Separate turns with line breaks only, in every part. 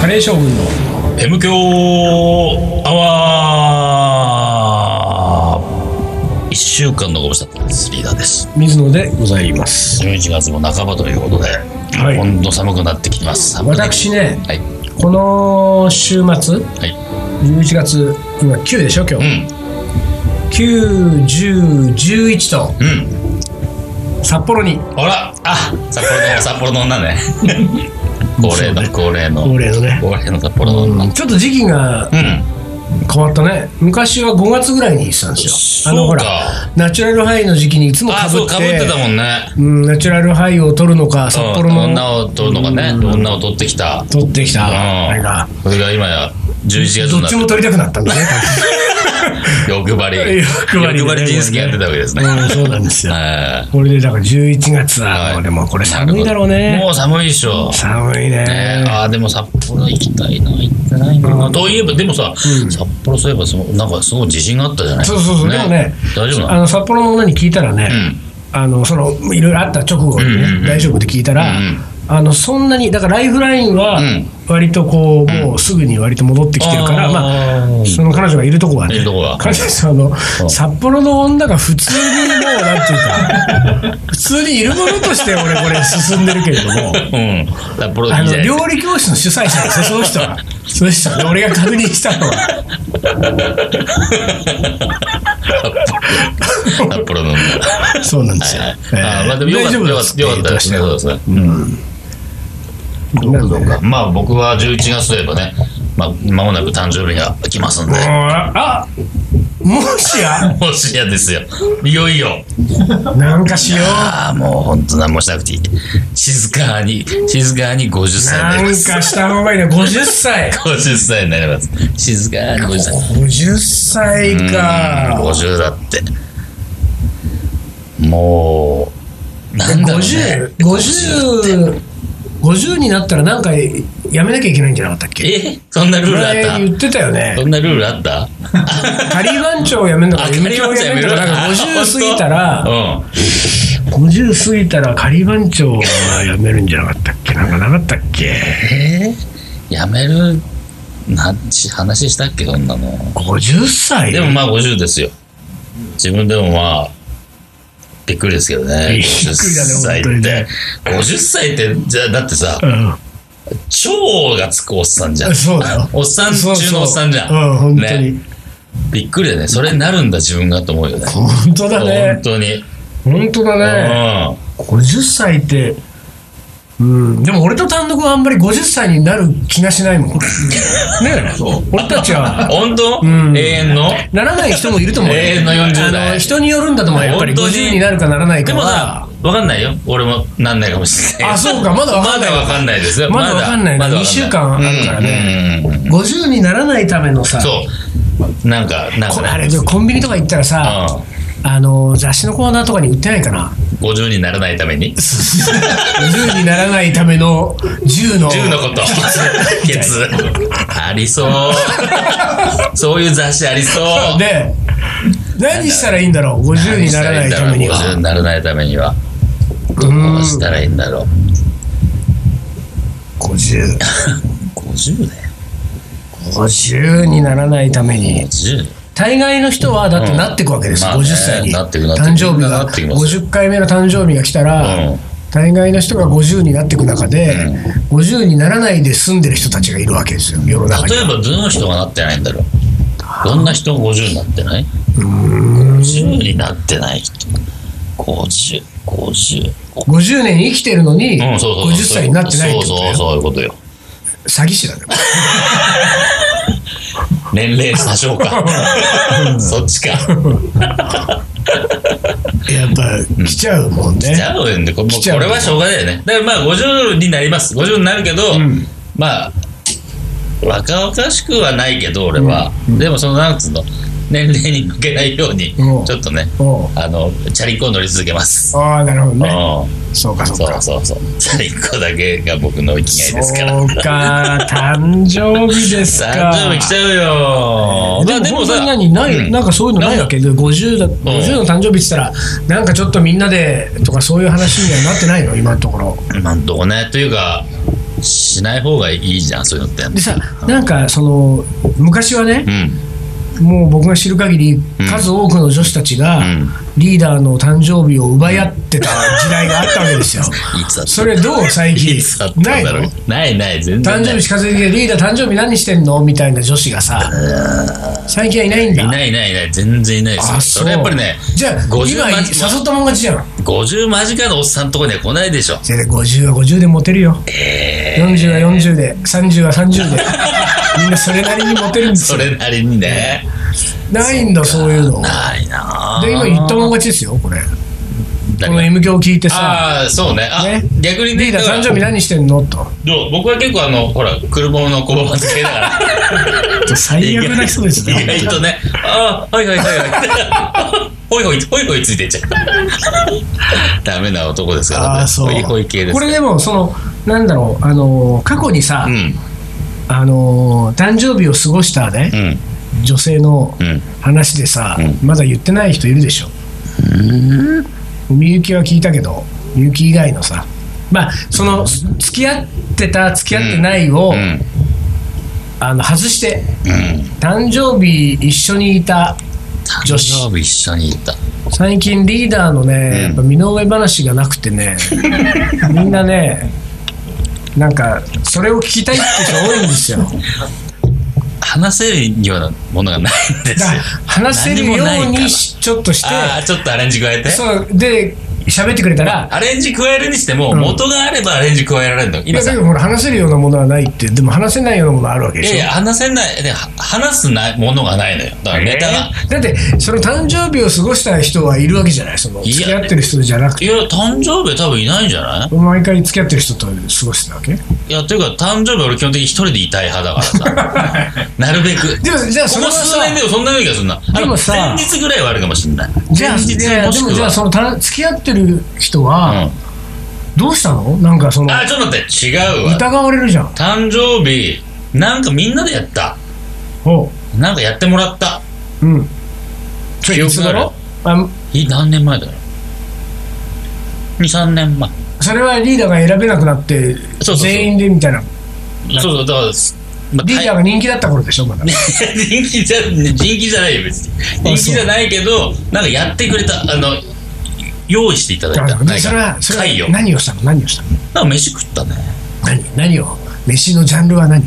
平将軍の
M 強アワー1週間のご無沙汰ですリーダーです
水野でございます
11月も半ばということで、
い
温度寒くなってきてます寒くなってき
私ね
はい
この週末
は
11月今9でしょ今日、
い
91011と
うんうん
札幌に
ほらあ札 幌の札幌の女ね恒例の恒例の
恒例のね
恒例の札幌の女うん
ちょっと時期が変わったね昔は5月ぐらいに行ってたんですよあの
そ
ほ
うから
ナチュラルハイの時期にいつも
あ
かぶ
そう
っ
かぶって
て
たもんね
うん、ナチュラルハイを取るのか札幌の
うん女を取るのがね女を取ってきた
取ってきた
うん
あれが
それが今や11月
どっ
になっ
ち
て
も取りたくなったん だね
欲張り
欲張り
欲張り人生やってたわけですね、
うんそうなんですよ
え
これでだから11月
は
は、
い
もうでもこれ寒いだろう
え
ね
も。う寒いでしょ、
寒い
ねえ
ね。
ああでも札幌行きたいな行ってないなといえばでもさ、札幌そういえばそのなんかすごい自信があったじゃない
そうそうそう、でもね、
大丈夫
あ
なの
の札幌の女に聞いたらね、あのそのいろいろあった直後にね、
うんうんうん
大丈夫って聞いたら、
うんうん
あのそんなに、だからライフラインは
うん、
割とこう、もうすぐに割と戻ってきてるから、
あー
まあ、その彼女がいるとこはね、
いるとこは
彼女はあの、札幌の女が普通にもう、なんていうか、 普通にいるものとして、俺、これ、進んでるけれども。
うん 札幌
あ
いい
の
じゃないです
料
か
理教室の主催者ですよ、その人は。その人はね、俺が確認したのは。
札 幌の女
そうなんですよ。え
ああ
ー
まあでもよかったよかったよかったですねそうですね
なるほど。
まあ僕は11月といえばねまあ間もなく誕生日が来ますんで
あもしや、
もしやですよいよいよ
なんかしよう。
ああもう本当何もしなくていい静かに静かに50歳に
な
なり
ん
ま
か
す
した方がいいね、50歳。
50歳になります静かに50歳
50歳か。
50だってもうなんだろうね
50、50、50になったらなんかやめなきゃいけないんじゃなかったっけ
えそんなルールあっ
前言
た
ってたよね
そ。んなルールあった
タリバン長をやめ るのか、
あ
夢長をやめるのか、 なんか50過ぎたら、
うん
50過ぎたら 仮番長は辞めるんじゃなかったっけなんかなかったっけ
えー、やめるなし話したっけそんなの
50歳
でもまあ50ですよ自分でもまあびっくりですけどね
びっくりだね
50歳
本
っ
当に
て
ね
50歳ってじゃあだってさ
う
超がつくおっさんじゃん
ん、そうだよ
おっさん
そうそう
中のおっさんじゃん
うん本当に、
ねびっくりだよねそれになるんだ自分がと思うよね
本当だ
本
ね
当に、
本当だね
うん
50歳ってうん、でも俺と単独はあんまり50歳になる気がしないもん。 ねえ俺たちは
本当、
ん
永遠の
ならない人もいると思うよ。
永遠の40代
あの人によるんだと思うよやっぱり
本当に
50になるかならない
で
か
も
は
さ。分かんないよ俺もなんないかもしれない
あ、そうか、まだわか
ま
んない
だ
わ。
分かんないですよ
まだわかんないな
まだ
2週間あるからね
うんうんうんうん
50にならないためのさ、
そうなんかなん
こ
か
れあ
ね
れでもコンビニとか行ったらさ、あの雑誌のコーナーとかに売ってないか な
50にならないために
10にならないための10の
10のことケツありそうそういう雑誌ありそ う
で何したらいいんだろう50にならないために
50に
は
ならないためにはどうしたらいいんだろう
5050
50だよ
にならないために
50
大概の人はだってなってくわけです、
うんまあね
50歳に
なってくなってく
誕生日
な
が
ってきます
50回目の誕生日が来たら、
うん
大概の人が50になっていく中で、50にならないで住んでる人たちがいるわけですよ世の中に
例えばどの人がなってないんだろうどんな人が50になってない50になってない人5050 50
50年生きてるのに、
うん、そうそうそう
50歳になってないってことだ
そうそう
よ
そういうことよ
詐欺師だね
年齢詐 称かそっちか
やっぱ来ちゃうもん
じ
ね、
ゃあ俺ねこれもう
来ちゃう
これはしょうがないよねだからまあ50になります50になるけど、まあ若々しくはないけど俺は、でもそのなんつうの年齢に負けないように
うん
ちょっとね
うん
あのチャリンコを乗り続けます、
ああなるほど
うん
ねそうかそう
そ
か
うそうそうチャリンコだけが僕の生きがいですから
そうか誕生日ですか
誕生日来ちゃうよ
で
まあ
も
でも
本
さ
当に何ない、
うん
なんかそういうのないわけで50だ50の誕生日って言ったらなんかちょっとみんなでとかそういう話にはなってないの今のところ
今んとこねというかしない方がいいじゃんそういうのって
でさなんかその昔はね
う、ん
もう僕が知る限り
ん
数多くの女子たちが
ん
リーダーの誕生日を奪い合ってた時代があったわけですよ
いつだった
それどう最近
いつだったん
ない
だろう
の
ないない全然
誕
ない
生日近づいてリーダー誕生日何してんのみたいな女子がさ最近はいないんだ
いないいないいない全然いないですよ
あ
そ
そう
れやっぱりね
じゃあ今
50
誘ったもん勝ちじゃん
50間近のおっさんのとこには来ない でしょ
それで50は50でモテるよ、40は40で30は30でみんなそれなりにモテるんです
そ
よ
れなりにね
ないんだそういうの
ないなあ
で今言ったもん勝ちですよこれこ
誰
の
が
M 響聞いてさ
ああそうねあ
ね
逆にね
リーダー
だから
誕生日何してんのと
どう僕は結構あのほら車の小判付けだから
最悪な人です
意
ね
外とねああはいはいはいはい ほいほいほいほいついてっちゃう ダメな男ですから
ああそう
ほいほい系です
これでもそのなんだろうあの過去にさ、
うん
あの誕生日を過ごしたね、
うん
女性の
うん
話でさ、
う
まだ言ってない人いるでしょみゆきは聞いたけどみゆき以外のさまあその付き合ってた付き合ってないを、
うん
あの外して
うん
誕生日一緒にいた
誕
女子
生日一緒にいた
最近リーダーのね、
ん
やっぱ身の上話がなくて ねみんなねなんかそれを聞きたいって人多いんですよだか
話せるようなものがないんですよ
ら話せるよう
何もないから
にしちょっとして
ああちょっとアレンジ加えて
そうで喋ってくれたら
アレンジ加えるにしても元があればアレンジ加えられるの
い
今
や
さ
だけどほら話せるようなものはないってでも話せないようなものはあるわけ
い
でし
や
ょ
いや話せないでは話すなものがないのよだからネタが、
だってその誕生日を過ごした人はいるわけじゃないその
いや
付き合ってる人じゃなくて
いや誕生日は多分いないんじゃない
毎回付き合ってる人と過ごしてたわけ
いや、というか、誕生日俺基本的に一人でいたい派だから さ。なるべく。
でもじゃあそ
こ
れ
こ
は
数
さ
年でもそんなような気がするな。あの
でもさ
前日ぐらいはあるかもしれない。
じゃあ
前日
いやいや
も
で
し
も
く
じゃあ
は。
そのた付き合ってる人
う
は
ん
どうしたのなんかその
あ、ちょっと待って、違うわ。
疑われるじゃん
誕生日、なんかみんなでやった。
おう
なんかやってもらった。
うん
記憶がある
いつ頃あ
い何年前だろう。2、3年前。
それはリーダーが選べなくなって
そうそうそう
全員でみたいな
そうそう、だから、まあ
リーダーが人気だった頃でしょまだ
人気じゃ人気じゃないよ別に人気じゃないけどなんかやってくれたあの用意していただいた
でそれ
なん
は
か
そ
会
れ
を
は何をしたの何をしたの
なんか飯食ったね
何何を飯のジャンルは何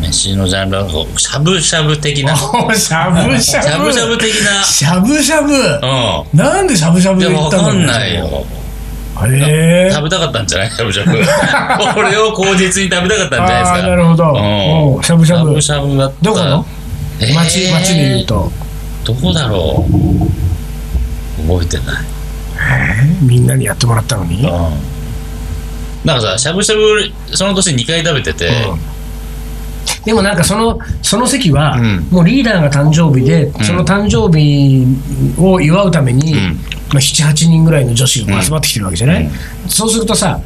飯のジャンルはこうしゃぶしゃぶ的 なし
おーしゃぶしゃぶ
ゃぶしゃぶ的
しゃぶしゃぶ
なう
なんでしゃぶしゃぶ
ん
で
でも
言っ
わ
たの
かんないよ
へえ
食べたかったんじゃないしゃぶしゃぶ これを口実に食べたかったんじゃないです
あ
か
あなるほど
うん
おうしゃぶしゃぶ
しゃぶしゃぶだった
どこの
えー
町町で言うと
どこだろう覚えてない
みんなにやってもらったのに
うんなんかさしゃぶしゃぶその年2回食べてて、
でもなんかそのその席は、
うん
もうリーダーが誕生日で、その誕生日を祝うために、
ん
まあ、78人ぐらいの女子が集まってきてるわけじゃない、そうするとさ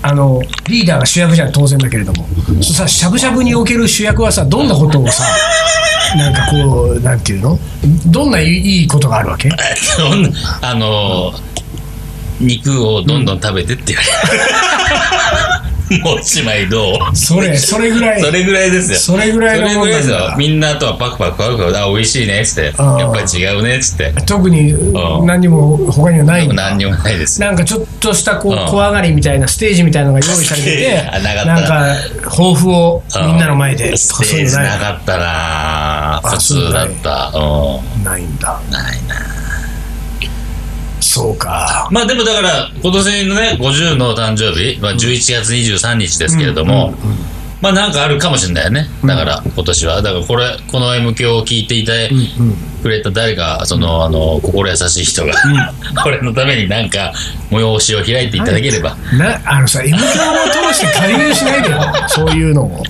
あのリーダーが主役じゃん当然だけれどもそうさしゃぶしゃぶにおける主役はさどんなこと をさなんかこうなんていうのどんないいいいことがあるわけ
そんな あのー肉をどんどん食べてって言われる、もうおしまいどう
それそれぐらい
それぐらいですよ
それぐらいの
それ
もん
ぐら
ないん
ですよ
だ
みんなあとはパクパクパクパクあ美味しいねっつってやっ
あー
ぱり違うねっつって
特に
ん
何にも他にはないんだ
何にもないです
なんかちょっとしたこう
うん
小上がりみたいなステージみたいなのが用意されて
い
て
やなかった
なんか抱負をみんなの前で
う
とか
ス
そう
テ
いう
ージ
の
な
な
かったな
あ
普通だったう
いないんだ
んないな
そうか
まあでもだから今年のね50の誕生日、まあ、11月23日ですけれども、まあなんかあるかもしれないよねだから今年はだからこれこの M 響を聞いていてくれた誰かそのあの心優しい人が これのためになんか催しを開いていただければ
なあのさ M 響を通して加入しないで よそういうのを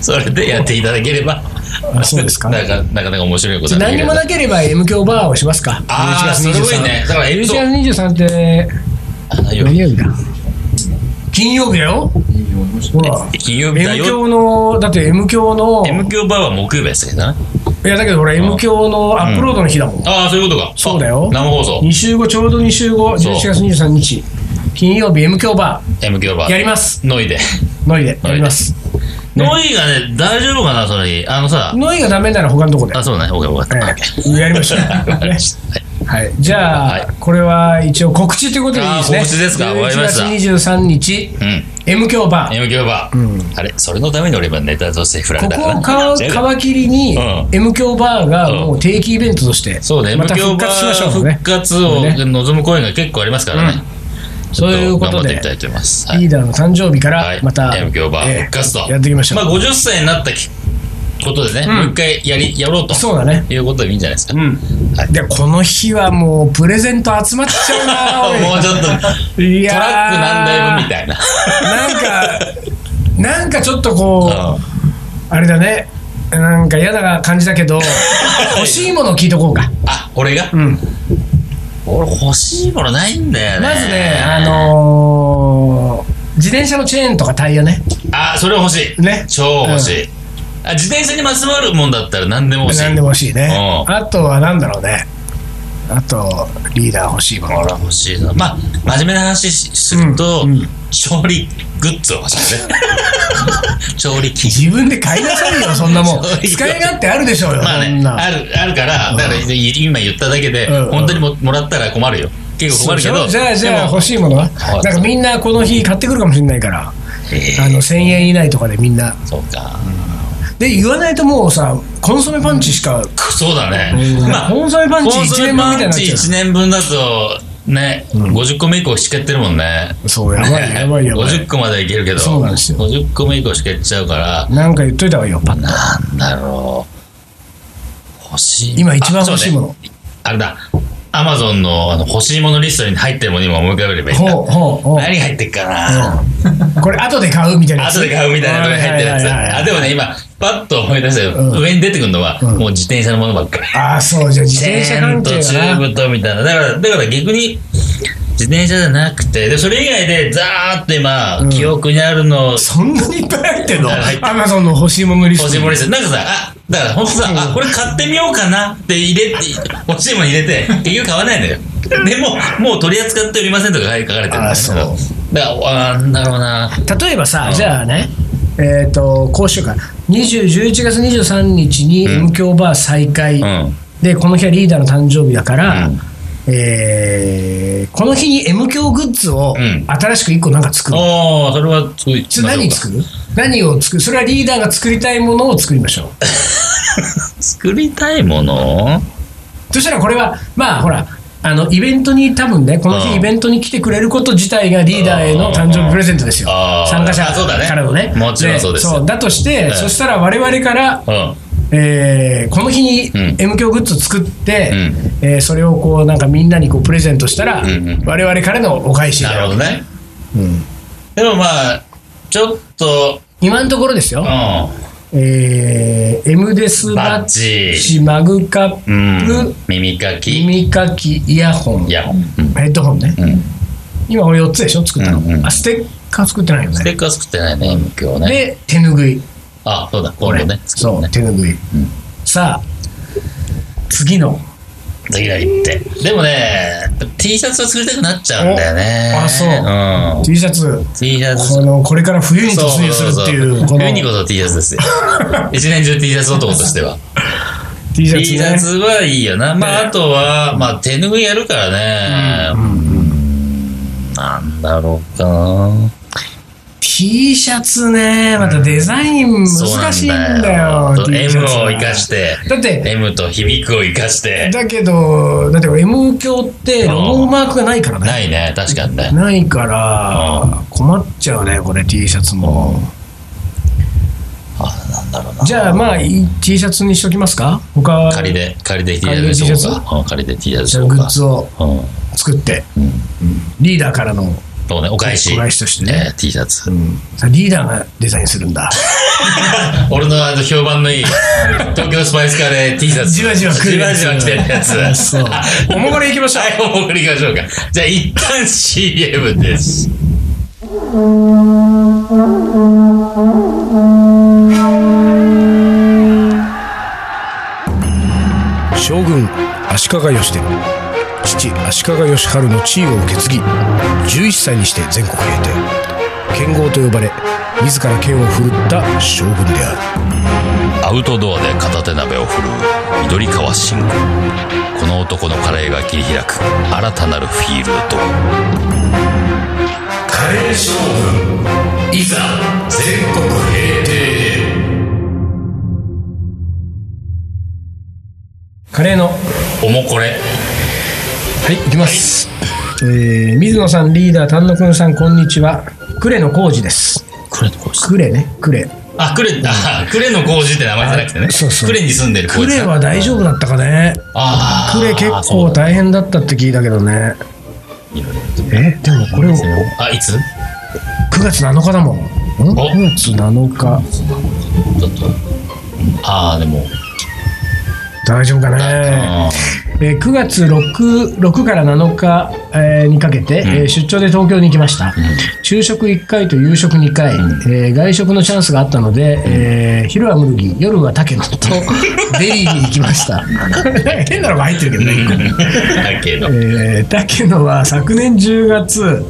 それでやっていただければ
あそうですか
なんかなかなか面白いことがで
何
き
に
る
もなければ M 響バーをしますか
ああす
11月23
ごいねだから M 響
11月23って何曜日だ金曜日だよほら
金曜日だ
M
よ
響のだって M 響の
M 響バーは木曜日ですけどね
いやだけどほら M 響のアップロードの日だもん
ああそういうことか
そうだよ
生放送
2週後ちょうど2週後
そう
11月23日金曜日 M 強バ
M 響バ
ーやります
ノイで。
ノイでやります
ノイがね、大丈夫かな、その日。あのさ、
ノイがダメなら他のとこで
あ、そうね、オッケーオッケーオッケー。
ええやりま しょう
わかり
ね
ました
はい、じゃあ、
はい
これは一応告知ということでいいですね。
あー告知ですかわかりました
11月23日、
うん
M 強バー。
M 響バー。あれ、それのために俺今ネタとして振られ
こ
た
こを
からな。違うか
皮切りに、
うん
M 強バーがもう定期イベントとして、
そうね、
また
M 響
復
バ
活しましょ
ー
うね
復。活を
ね
望む声が結構ありますからね。
そういうこ
頑張
と
ってい
で
き、たいと思います。はい
リーダーの誕生日から
い、
また、
M 響バー復活と、
ええやっていきましょう。
まあ、50歳になったきことでね、
ん
もう一回やりやろうと
そうだね。
いうことでいいんじゃないですか、
うん
はい
でこの日はもうプレゼント集まっち ゃうなおい
もうちょっ
い
とト
やー
ラック何台分みたいな
なんか なんかちょっとこう、あれだねなんか嫌な感じだけ ど欲しいものを聞いとこうか、
あ俺が、
うん、
俺欲しいものないんだよね
まずねあのー自転車のチェーンとかタイヤね
あそれ欲しい
ね
超欲しい、あ自転車にまつわるもんだったら何でも欲しい
何でも欲しいね
うん
あとは何だろうねあとリーダー欲しいもの
俺は欲しいなまあ真面目な話しすると、
うんうん
調理グッズを欲し いね調理器具
自分で買いなさいよそんなもん
そういう
使い勝手あるでしょうよ、
まあ
そん
ね、
な
ある、あるから、だからい今言っただけで、
うん
本当にももらったら困るよ。結構困るけ
そう
ど。
じゃあじゃあ
でも
欲しいものは
はい
なんかみんなこの日買ってくるかもしれないから、
え
あの1000円以内とかでみんな
ーそうか。
で言わないともうさコンソメパンチしか、
くそうだね。まあ、
コンソメパンチ
コン
1
ソメ
年分みた
パ
いにな
ン
っ
チ
ちゃ
1年分だと、ね、50個目以降しかやってるもんね。
うそうやばいやばいやばい
50個まではいけるけど、
そうなんですよ
50個目以降しかやっちゃうから、
なんか言っといた方がいいよパン
なんだろう。欲しい。
今一番欲しいも
あ。
の
そうねあれだ。アマゾンのあの欲しいものリストに入ってるもの今思い浮かべればいいん
ほう
だ。
ほうほう
何入ってっかな。
これ後で買うみたいなやつ
後で買うみたいなとこに入ってるやつ。
はいはいはいはい
あ、でもね、今、パッと思い出したけど、
うん
上に出てくるのは、
ん
もう自転車のものばっかり。
ああそうじゃあ自
チェ
転車
ー
関
ンと
係
チュ
だ
ー
な
ブとみたいな。だから、だから逆に、自転車じゃなくて、で、それ以外で、ザーって今、記憶にあるの、
そんなにいっぱい入ってんの
入ってる
アマゾンの欲しいものリス
欲しい
ト
も
に
のですなんかさ、あ、だから本当さ、あ、これ買ってみようかなって入れて、欲しいもの入れて、結局買わないのよ。でも、もう取り扱っておりませんとか書かれてるんだ
あ
よ
そう
だから、あーなんだろうな。
例えばさ、
うん
じゃあねえっ、と今週か20 11月23日に M 強バー再開、
うん。
でこの日はリーダーの誕生日だから、
うん
えーこの日に M 強グッズを
うん
新しく1個なんか作る、
おー、それはすごい。
それ何作る何を作るそれはリーダーが作りたいものを作りましょう
作りたいもの
そしたらこれはまあほらあのイベントに多分ねこの
うん
日イベントに来てくれること自体がリーダーへの誕生日プレゼントですよ
あー
参加者
あそうだね
からのね
もちろんそうですよ
そうだとして、
うん
そしたら我々から
うん。
えーこの日に
ん
M 響グッズを作って、
う
えーそれをこうなんかみんなにこうプレゼントしたら、
んうん
我々からのお返しに
な
な
る
る
ほどね。でもまあ、ちょっと、
今のところですよ、
う
えー M デスバ
バッ
ッジ
ジ、
マグカップ、
うん、耳かき、
耳かきイヤホン
イヤホン。うん
ヘッドホンね、
ん
今俺4つでしょ作ったの、
うんうん
あステッカー作ってないよ
ス
ね
テッカー作ってないね、今日ね。
で手拭い
あ、そうだ、今度ね。作
そ
る
う
ね。
手拭い、さあ次の
次は行って。でもね、T シャツは作りたくなっちゃうんだよね。
おあそうん T シャツ
T シャツ
こ。のこれから冬に突
そう
入するっていうこの
ユニコと T シャツ ですよ。一年中 T シャツ男としては。
T シャ
T
ツ
シ
ね
ャツはいいよな。まあ、あとは、まあ、手拭いやるからね。なんだろうかな。
T シャツねまたデザイン難しいんだよ,、
そうなんだ
T シャツは
M を生かして、
だって、
M と響くを生かして。
だけどだって M 響ってロゴマークがないからね
ないね、確かにね。
ないから困っちゃうねこれ T シャツも
あ、なんだろうな。
じゃあまあい T シャツにしときますか他
仮で、仮で T シャツでしょうか。うん仮で T シャツで
じ
し
ゃあ
ょう
グ
か。
ッズを
うん。
作って、
ん
リーダーからの
そうね、お返し。
お返しとしてね
えー T シャツ。
さあリーダーがデザインするんだ
俺のあの評判 のいい、東京スパイスカレー T シャツ。
じわじわ来
来
る
る
や
や
つ
つ。じわじわ来てるやつ。
そうおもこれいきましょう
最後も送りましょうか。じゃあ一旦 CM です。
将軍足利義で父足利義晴の地位を受け継ぎ11歳にして全国平定剣豪と呼ばれ自ら剣を振るった将軍である
アウトドアで片手鍋を振るう緑川信吾この男のカレーが切り開く新たなるフィールドカレー将軍いざ全国平定
カレーの
おもこれ
はい、行きます。えー、水野さん、リーダー、丹野くんさん、こんにちは。呉の浩二です。
クレの工事
呉ね、呉。
あクレあクレの工事って名前じゃなくてね
そうそう
クレに住んでる工事
呉は大丈夫だったかね。
あー
呉結
そう
構
だ
大変だったって聞いたけどね。え、でもこれを9
あいつ
月7日だもん。ん
お
?9 月7日。
ちょっとああでも、
大丈夫かね。え
あ
ー9月 6, 6から7日、えーにかけて、えー出張で東京に行きました、昼食1回と夕食2回、えー外食のチャンスがあったので、えー昼はムルギ夜はタケノとデリーに行きました 変なのが入ってるけどね一個ね
ーだ けど
えー、竹野は昨年10月、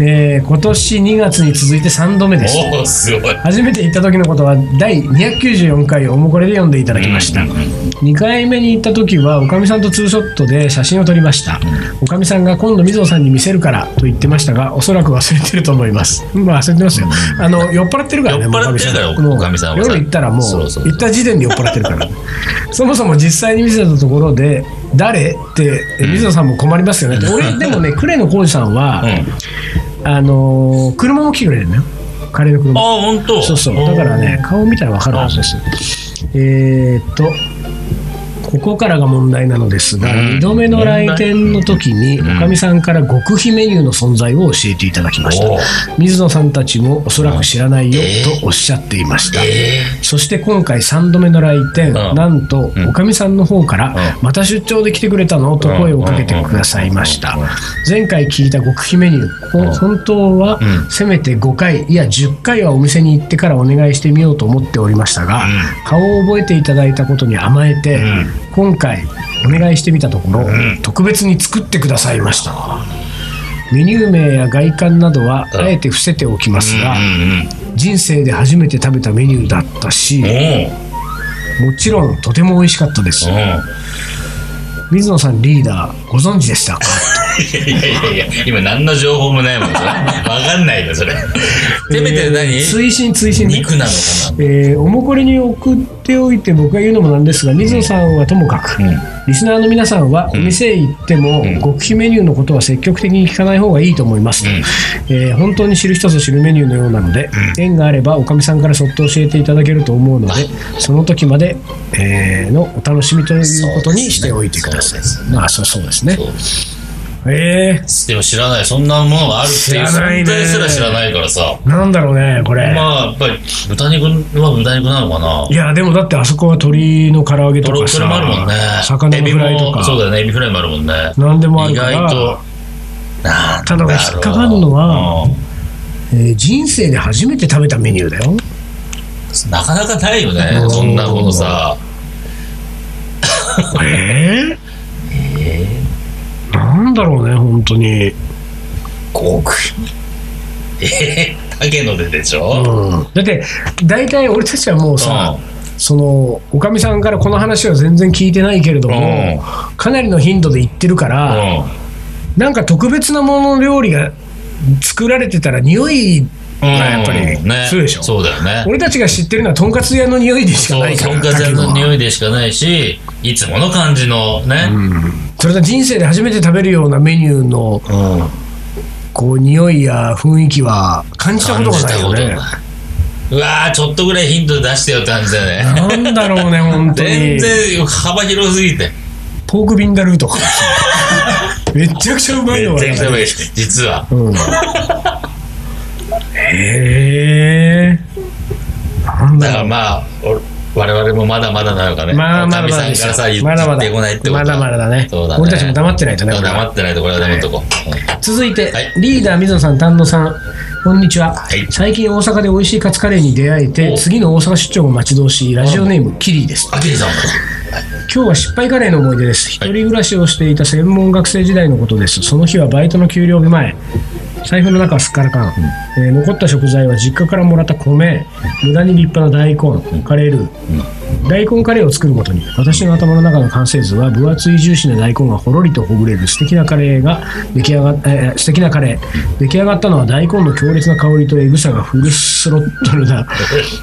えー今年2月に続いて3度目でした
おおすごい
初めて行った時のことは第294回をおもこれで読んでいただきました、
うんうん
2回目に行った時はおかみさんとツーショットで写真を撮りました、おかみさんが今度水野さんに見せるからと言ってましたがおそらく忘れてると思います まあ忘れてますよ、あの酔っ払ってるからね
酔っ払ってるから
もうおかみさん
おかみさんは
もう夜行ったらもう
そうそう
行った時点で酔っ払ってるから そもそも実際に見せたところで誰ってえ水野さんも困りますよね、俺でもね呉野浩二さんは、
うん
あのー車も来てくれるのよカレーの車
ああ、本当。
そうそう。だからね、顔見たらわかるはずです。えーっと、ここからが問題なのですが、
うん
2度目の来店の時に、お
ん
かみさんから極秘メニューの存在を教えていただきました
おう。
水野さんたちもおそらく知らないよ
うん
とおっしゃっていました。
え
そして今回3度目の来店、
うん
なんと、
うん
おかみさんの方から、
う
また出張で来てくれたのと声をかけてくださいました
うんうんうん。
前回聞いた極秘メニュー、こ
うん
本当は、
うん
せめて5回、いや10回はお店に行ってからお願いしてみようと思っておりましたが、
うん
顔を覚えていただいたことに甘えて、
うん
今回お願いしてみたところ、
ん
特別に作ってくださいました。メニュー名や外観などは
うん
あえて伏せておきます
え
が、
うん
人生で初めて食べたメニューだったし、
うん。
もちろんとても美味しかったです
おお。い。
水野さんリーダーご存知でしたか
やいやいや、今何の情報もないもん、 それ。わかんないよ、それ。せめて何
えー追伸追伸ね
肉なのか
えーおもこれに送っておいて僕が言うのもなんですが水野さんはともかく、
うん
リスナーの皆さんはお店へ行っても、
ん
極秘メニューのことは積極的に聞かない方がいいと思いますと、えー本当に知る人ぞ知るメニューのようなので、縁があればおかみさんからそっと教えていただけると思うのでその時まで、えーのお楽しみということにしておいてください、
そうですね
まあそうそうですね
そう
えー、
でも知らない、そんなものがあるっていう
知らないね
存在すら知らないからさ。
なんだろうねこれ、
まあ、やっぱり豚肉は豚肉なのかな。
いやでもだってあそこは鶏の唐揚げと
とろ
かさ
それもあるもんね。
魚のフライと
エビも
か
そうだよね、エビフライもあるもんね。
何でもあ
意
るから
外と。なん
た
だ
だ
ろう
俺引っかかるのは
うん
えー人生で初めて食べたメニューだよ
なかなかないよ
う
ね、
ん
そんなことさ。
ええなんだろうね本当に
極え竹野ででしょ、
うんだって大体俺たちはもうさ、そのおかみさんからこの話は全然聞いてないけれども、かなりの頻度で言ってるか
うん
ら、なんか特別なものの料理が作られてたら匂いがやっぱり
ね
するでしょ、
そうだよね
俺たちが知ってるのはとんかつ屋の匂いでしか
そう
ないから
とんかつ屋
竹
の
野は
匂いでしかないしいつもの感じのね、
それと人生で初めて食べるようなメニューの
うん
こう匂いや雰囲気は感じたこ
感
とが
じ
な
た
い
こ
よ
とがない
ね
うわーちょっとぐらいヒント出してよって感じだよね
なんだろうね本当
全
に
然幅広すぎて
ポークビンダルーとかめっちゃくちゃうまいの
め
が
ちゃくちゃうま
ね
い実は
うん、へえなん
だか
だ
ら
ろう
まあお我々もまだまだなのかね
まあまだまだ
おかみ
で
さんから
す
さ言
よ
っ
まだま
言ってこないってこ
だま
と
だまだだね
そうだね
俺たちも黙ってないとねこれは
黙ってないとこれは黙っとこう、うん
続いて、
はい
リーダー水野さん丹野さんこんにちは、
い
最近大阪で美味しいカツカレーに出会えて
お
次の大阪出張を待ち遠しいラジオネームキリーです
あ、ケリーさん。
今日は失敗カレーの思い出です。一
はい
人暮らしをしていた専門学生時代のことです。その日はバイトの給料日前。財布の中はすっからかん、えー残った食材は実家からもらった米、無駄に立派な大根、カレールー、大根カレーを作ることに、私の頭の中の完成図は分厚いジューシーな大根がほろりとほぐれる素敵なカレーが出来上がっ、えー素敵なカレー。出来上がったのは大根の強烈な香りとエグさがフルスロットルな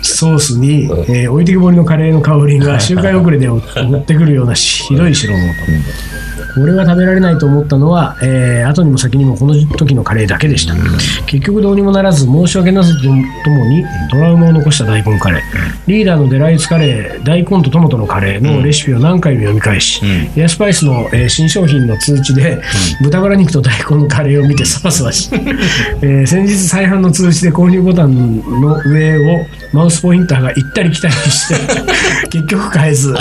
ソースに、えー置いてけぼりのカレーの香りが周回遅れで追ってくるようなしひどい代物と。俺が食べられないと思ったのは、えー後にも先にもこの時のカレーだけでした、結局どうにもならず申し訳なずとともにトラウマを残した大根カレーリーダーのデライツカレー大根とトマトのカレーのレシピを何回も読み返し、エアスパイスの、えー新商品の通知で、豚バラ肉と大根のカレーを見てさわさわし、え ー先日再販の通知で購入ボタンの上をマウスポインターが行ったり来たりして 結局買えず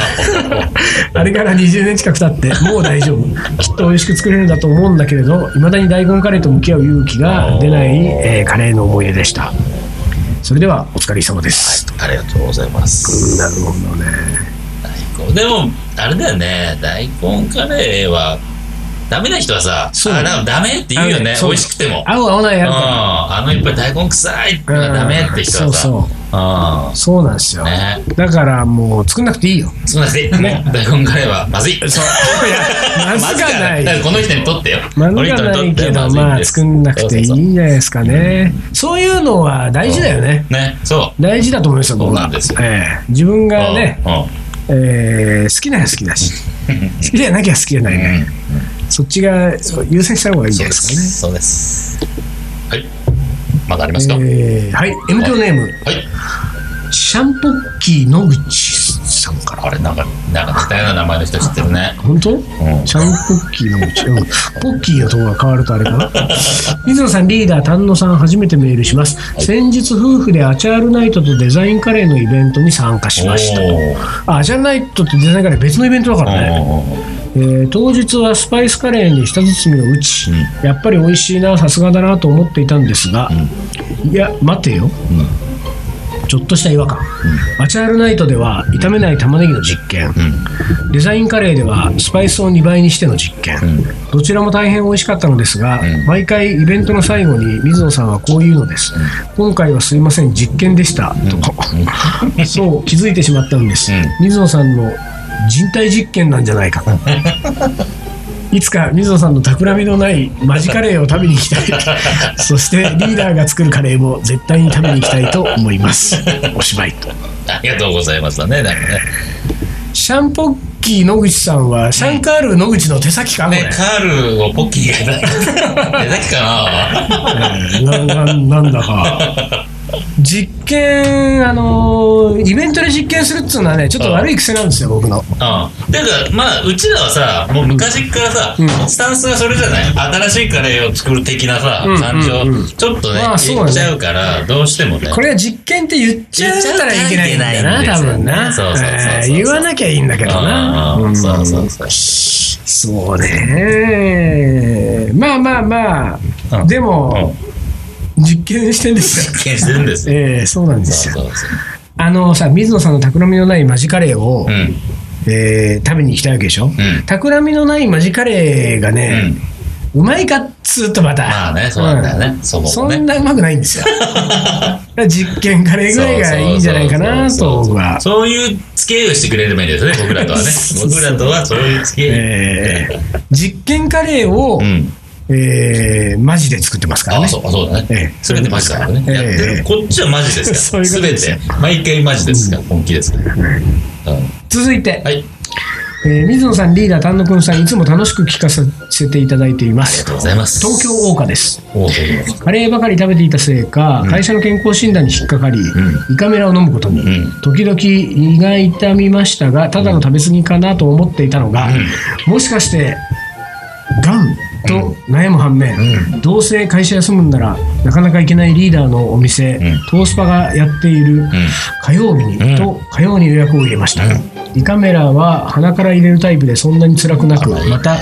あれから20年近く経ってもう大丈夫きっと美味しく作れるんだと思うんだけれどいまだに大根カレーと向き合う勇気が出ない、えーカレーの思い出でしたそれではお疲れ様です、
ありがとうございます。
なるほどね
大根でも、あれだよね、大根カレーは、ダメな人はさ、
そう
あなんかダメって言うよ
あの
ね、
そう
美味しくても。
合う合わないあ
うん
るか
あのいっぱい大根臭いってのがダメって人はさ、
う
うん
そうそらそうなんですよ、
ね
だからもう作んなくていいよ
ん、そうなんですね、もう大根カレーはまずい。
いやまず
ま
か
ずか
な
ないいだからこの人にとってよ。
まず
この
か
人に
な
と
い
って
け
はま
ど
ずいん
まあ
です
作んなくていいんじゃないですかねそういうのは大事だよね
ね、そう。
大事だと思いますよ僕は
そうなんですよ
ええ自分がね、
うんうん
えー好きなら好きだ し好きじゃなきゃ好きじゃないね、そっちがそう優先した方がいいんじ
そう
ゃない
で
ですかね
す。そうです。はい。まだありますか、
えーはい M 響ネーム
はい。
シャンポッキー野口さんから
あれ、なんか、なんか似たような名前の人知ってるね。
本当、
ん
シャンポッキーのうち、うんポッキーのところが変わるとあれ かな水野さんリーダー丹野さん初めてメールします、先日夫婦でアチャールナイトとデザインカレーのイベントに参加しました
おー
あアチャールナイトとデザインカレー別のイベントだからね、えー当日はスパイスカレーに舌包みを打ち、やっぱり美味しいなさすがだなと思っていたんですが、いや待てよ、ちょっとした違和感、アチャールナイトでは炒めない玉ねぎの実験、デザインカレーではスパイスを2倍にしての実験、どちらも大変美味しかったのですが、毎回イベントの最後に水野さんはこう言うのです、今回はすいません実験でした、とそう気づいてしまったんです、
うん
水野さんの人体実験なんじゃないかと いつか水野さんの企みのないマジカレーを食べに行きた いそしてリーダーが作るカレーも絶対に食べに行きたいと思います お芝居と
ありがとうございますだね、なんかね。
シャンポッキー野口さんはシャンカール野口の手先か、こ
ね、カールをポッキーに変え た。え、だけかな
れなななんだか 実験あのイベントで実験するっつうのはねちょっと悪い癖なんですよ僕の
うん。ていうか、まあ、うちらはさ、もう昔からさ、スタンスがそれじゃない新しいカレーを作る的なさ、
ん
感じを
うんうん、
ちょっとね
まあ、そうだ
言
ね
っちゃうから、どうしてもね。
これは実験って言っちゃったらいけないんだよな
言っちゃ
多
うからい
分
けない
なん
ですよねそうそうそうそう
えー言わなきゃいいんだけどな
うん
ん
そうそうそう。
そうねまあまあまあ、
うん
でも、実験してんですよ。
実験してるんですよ。
ええそうなんです
そう
よ。
そうそう。
あのさ、水野さんの企みのないマジカレーを、
うん。
えー食べに行きたいわけでしょ、企みのないマジカレーがね、うまいかっつうとまた。
まあね、そうなんだよね。そ
うん
もそ
そ
もね
ん。なうまくないん ですよ。実験カレーぐらいがいいんじゃないかなと、僕は。
そういう付き合いをしてくれればいいんですね、僕ら とはね。僕らとはそういう付き合い。
えー実験カレーを、
うん。
えーマジで作ってますから
あ
ね。
あ、そう、そうだ
ええ
ね。それでマジだからね。
ええ
やってる。こっちはマジですから。
そうい
す
うこと
べ
ですよ
て。毎回マジですから。本気ですから。うん
続いて、
はい。
えー水野さんリーダー丹野くんさんいつも楽しく聞かせていただいていま
あり
す
がとうございます。
東京大岡です
おうそうそう
カレーばかり食べていたせいか、会社の健康診断に引っかかり、胃カメラを飲むことに、
ん
時々胃が痛みましたがただの食べ過ぎかなと思っていたのが、もしかしてがんと悩む反面、どうせ会社休むんならなかなか行けないリーダーのお店、
ん
トースパがやっている火曜日に、
ん
と火曜に予約を入れました、胃カメラは鼻から入れるタイプでそんなに辛くなくまた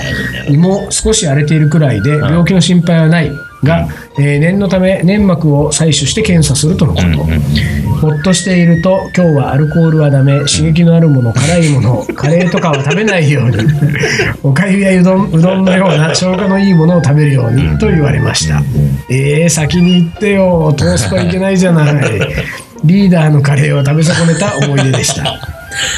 胃も少し荒れているくらいで病気の心配はないが、えー念のため粘膜を採取して検査するとのこと、
うんうん
ほっとしていると今日はアルコールはダメ刺激のある もの辛いものカレーとかは食べないようにおかゆやうどんうどんのような消化のいいものを食べるようにと言われましたえー、先に行ってよトースポいけないじゃないリーダーのカレーを食べ損ねた思い出でした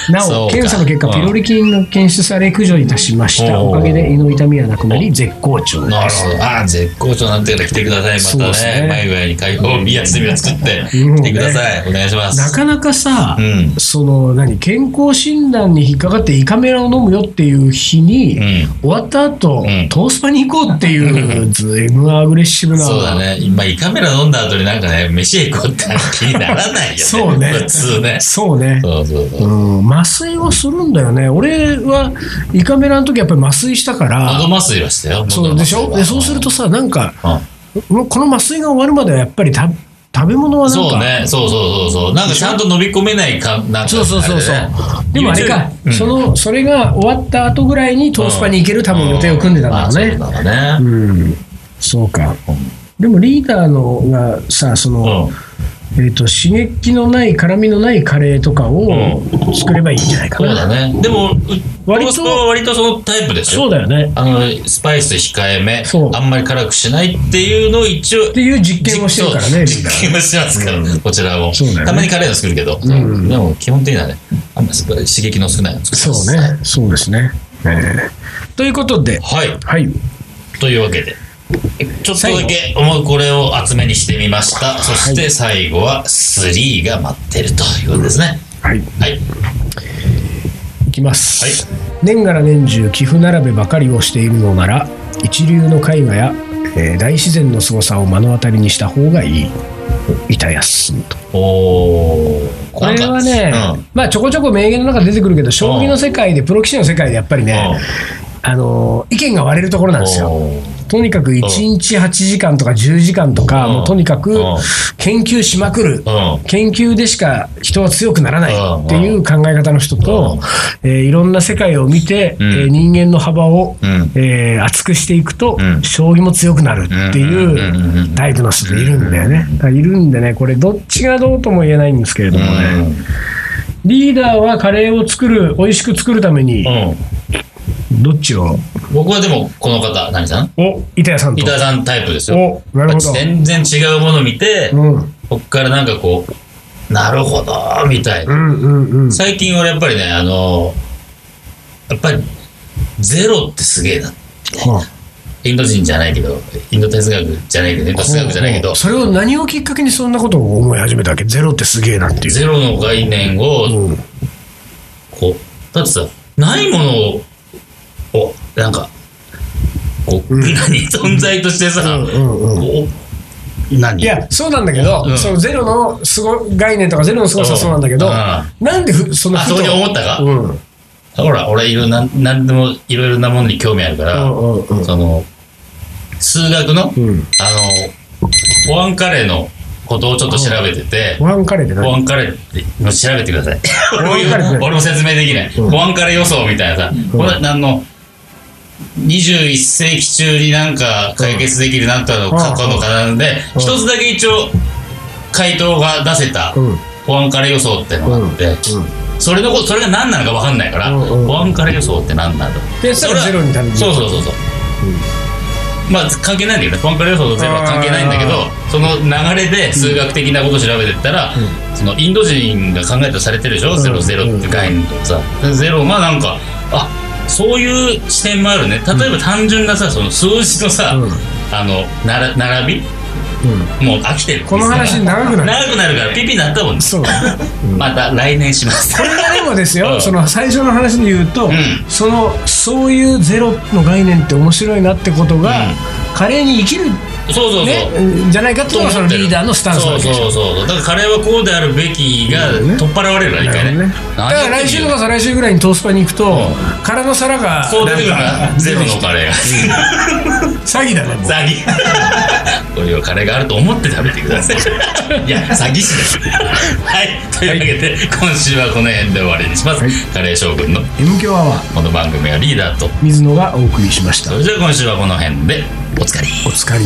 な
そう
お
か
検査の結果
うん
ピロリ菌が検出され駆除いたしましたお
おー
かげで胃の痛みはなくなり絶好調
な
で
る
す
ほど。ああ、絶好調なんていうの来てください。
そう
ま
で
た
す
ね、
ね
前ぐらいに開放日休みを作って、
うん
来てください。お願いしま
な
す。
かなかさ、
うん
その何健康診断に引っかかって胃カメラを飲むよっていう日に、
うん
終わった後、
ん
トースパに行こうっていうずいぶんアグレッシブな
そうだね。今、胃カメラ飲んだ後になんかね、飯行こうって気にならないよね。
そうね
普通ね。
そうね
そうそうそう。
うん、麻酔をするんだよね俺は胃カメラの時やっぱり麻酔したから
喉麻酔はしたよ。
そうでしょでそうする
と。
とさなんか
うん
もうこの麻酔が終わるまではやっぱりた食べ物はなん
そう
か
ね。そうそうそうそう。なんかちゃんと飲み込めないか、なんか。
そうそうそうそう
れね。
でもあれか、
YouTube うん
そのそれが終わった後ぐらいにトースパに行ける多分予定を組んでたんだろうね。
あそうだろうね。
うん、そうか。でもリーダーのがさ、その、
うん
えっ、と刺激のない辛みのないカレーとかを作ればいいんじゃないか
そう
な。
だね。でも、
割と
割と、割とそのタイプでしょ
そうだよね。
あの、スパイス控えめ
そう、
あんまり辛くしないっていうのを一応
って、いう実験をしてるからね、リーダ
実
ー。
験をしてますから、こちらも、
そうだよね
たまにカレーの作るけど、
ん
でも基本的にはね、あんまり刺激の少ないの作って
そ
ま
う
す。
ね。そうですね。ええということで、
はい。
はい。
というわけで、ちょっとだけ、もうこれを厚めにしてみました。そして最後は3が待ってるということですね。
はい。
はい。
いきます、
はい
年がら年中寄付並べばかりをしているのなら一流の絵画や、えー大自然の凄さを目の当たりにした方がいい板谷進と
おー。
これはね、
なんか
まあちょこちょこ名言の中で出てくるけど将棋の世界でプロ棋士の世界でやっぱりね、あのー意見が割れるところなんですよ
おー
とにかく1日8時間とか10時間とか
うん
もうとにかく
うん
研究しまくる
うん
研究でしか人は強くならないっていう考え方の人と、えーいろんな世界を見て、
ん
えー人間の幅を、
うん
えー厚くしていくと、
うん
将棋も強くなるって
うんうんうんう
い
ん
うタイプの人がいるんだよね。だからいるんでね、これどっちがどうとも言えないんですけれどもね、リーダーはカレーを作る、美味しく作るために
う、ん。うん
どっちを
僕はでも、この方、何さん
お、板谷さんと
板。田さんタイプですよ。
お、なるほど。
全然違うもの見て、
うん、
こっからなんかこう、なるほど、みたいな
う。ん、うん、うん。
最近俺やっぱりね、あの、やっぱり、ゼロってすげえな。
はあ
インド人じゃないけど、インド哲学じゃないけど、インド哲学じゃないけど、
それを何をきっかけにそんなことを思い始めたわけゼロってすげえなっていう。
ゼロの概念を、
うん
こう、だってさ、ないものを、をなんか、こう、何存在としてさ、
うんうん
こう何
いやそうなんだけど、
うん
そのゼロのすご概念とかゼロのすごさはそうなんだけど、
うん
なんでふその
あ、
ふと
そうに思ったか、
うんうん
ほら、俺いろなん、なんでもいろいろなものに興味あるから、
うんうん
その、数学の、
うん
あの、保安カレーのことをちょっと調べてて
ご、飯カレーって
保
何
安カレーっての調べて ください。俺も
保安カレーって
俺も説明できない。
うん
保安カレー予想みたいなさ、これあの、21世紀中になんか解決できるなんたの過去の課題で、
うん
一つだけ一応回答が出せた
うん
保安カレー予想ってのがあって、それのことそれが何なのか分かんないから、
うんうん
保安から予想って何なんだと
でそれはゼロになる
そうそうそうそう、まあ関係ないんだけどね保安から予想とゼロは関係ないんだけど
あ
その流れで数学的なことを調べてったら、
う
そのインド人が考えたとされてるでしょ、
うん
ゼロゼロって概念とかさ、でゼロがなんかあそういう視点もあるね例えば単純なさその数字のさ、
うん
あのなら並び
うん
もう飽きてる
この話長くなる
長くなるからピピになったもんね
そうだね、うん
また来年 します
これがでもですよ、
うん
その最初の話で言うと、
ん
そのそういうゼロの概念って面白いなってことが、
うん
カレーに生きる
そうそうそう、
ねうんじゃないかっていうのがそのリーダーのスタンスなわけ
そ
で
う
しょ
そうそうだからカレーはこうであるべきが
うん
取っ払われるから一
なる
回
ほ
ね
どねだから来週とか再来週ぐらいにトースパに行くと、空の皿が
そう出てくるから
なんか
ゼロのカレーが
詐欺だねもう
ザギこういうお金があると思って食べてく ださいいや詐欺師だはいというわけで、今週はこの辺で終わりにします、
はい
カレー将軍の
M 強アワー
この番組はリーダーと
水野がお送りしました
それじゃあ今週はこの辺でおつかり
お疲れ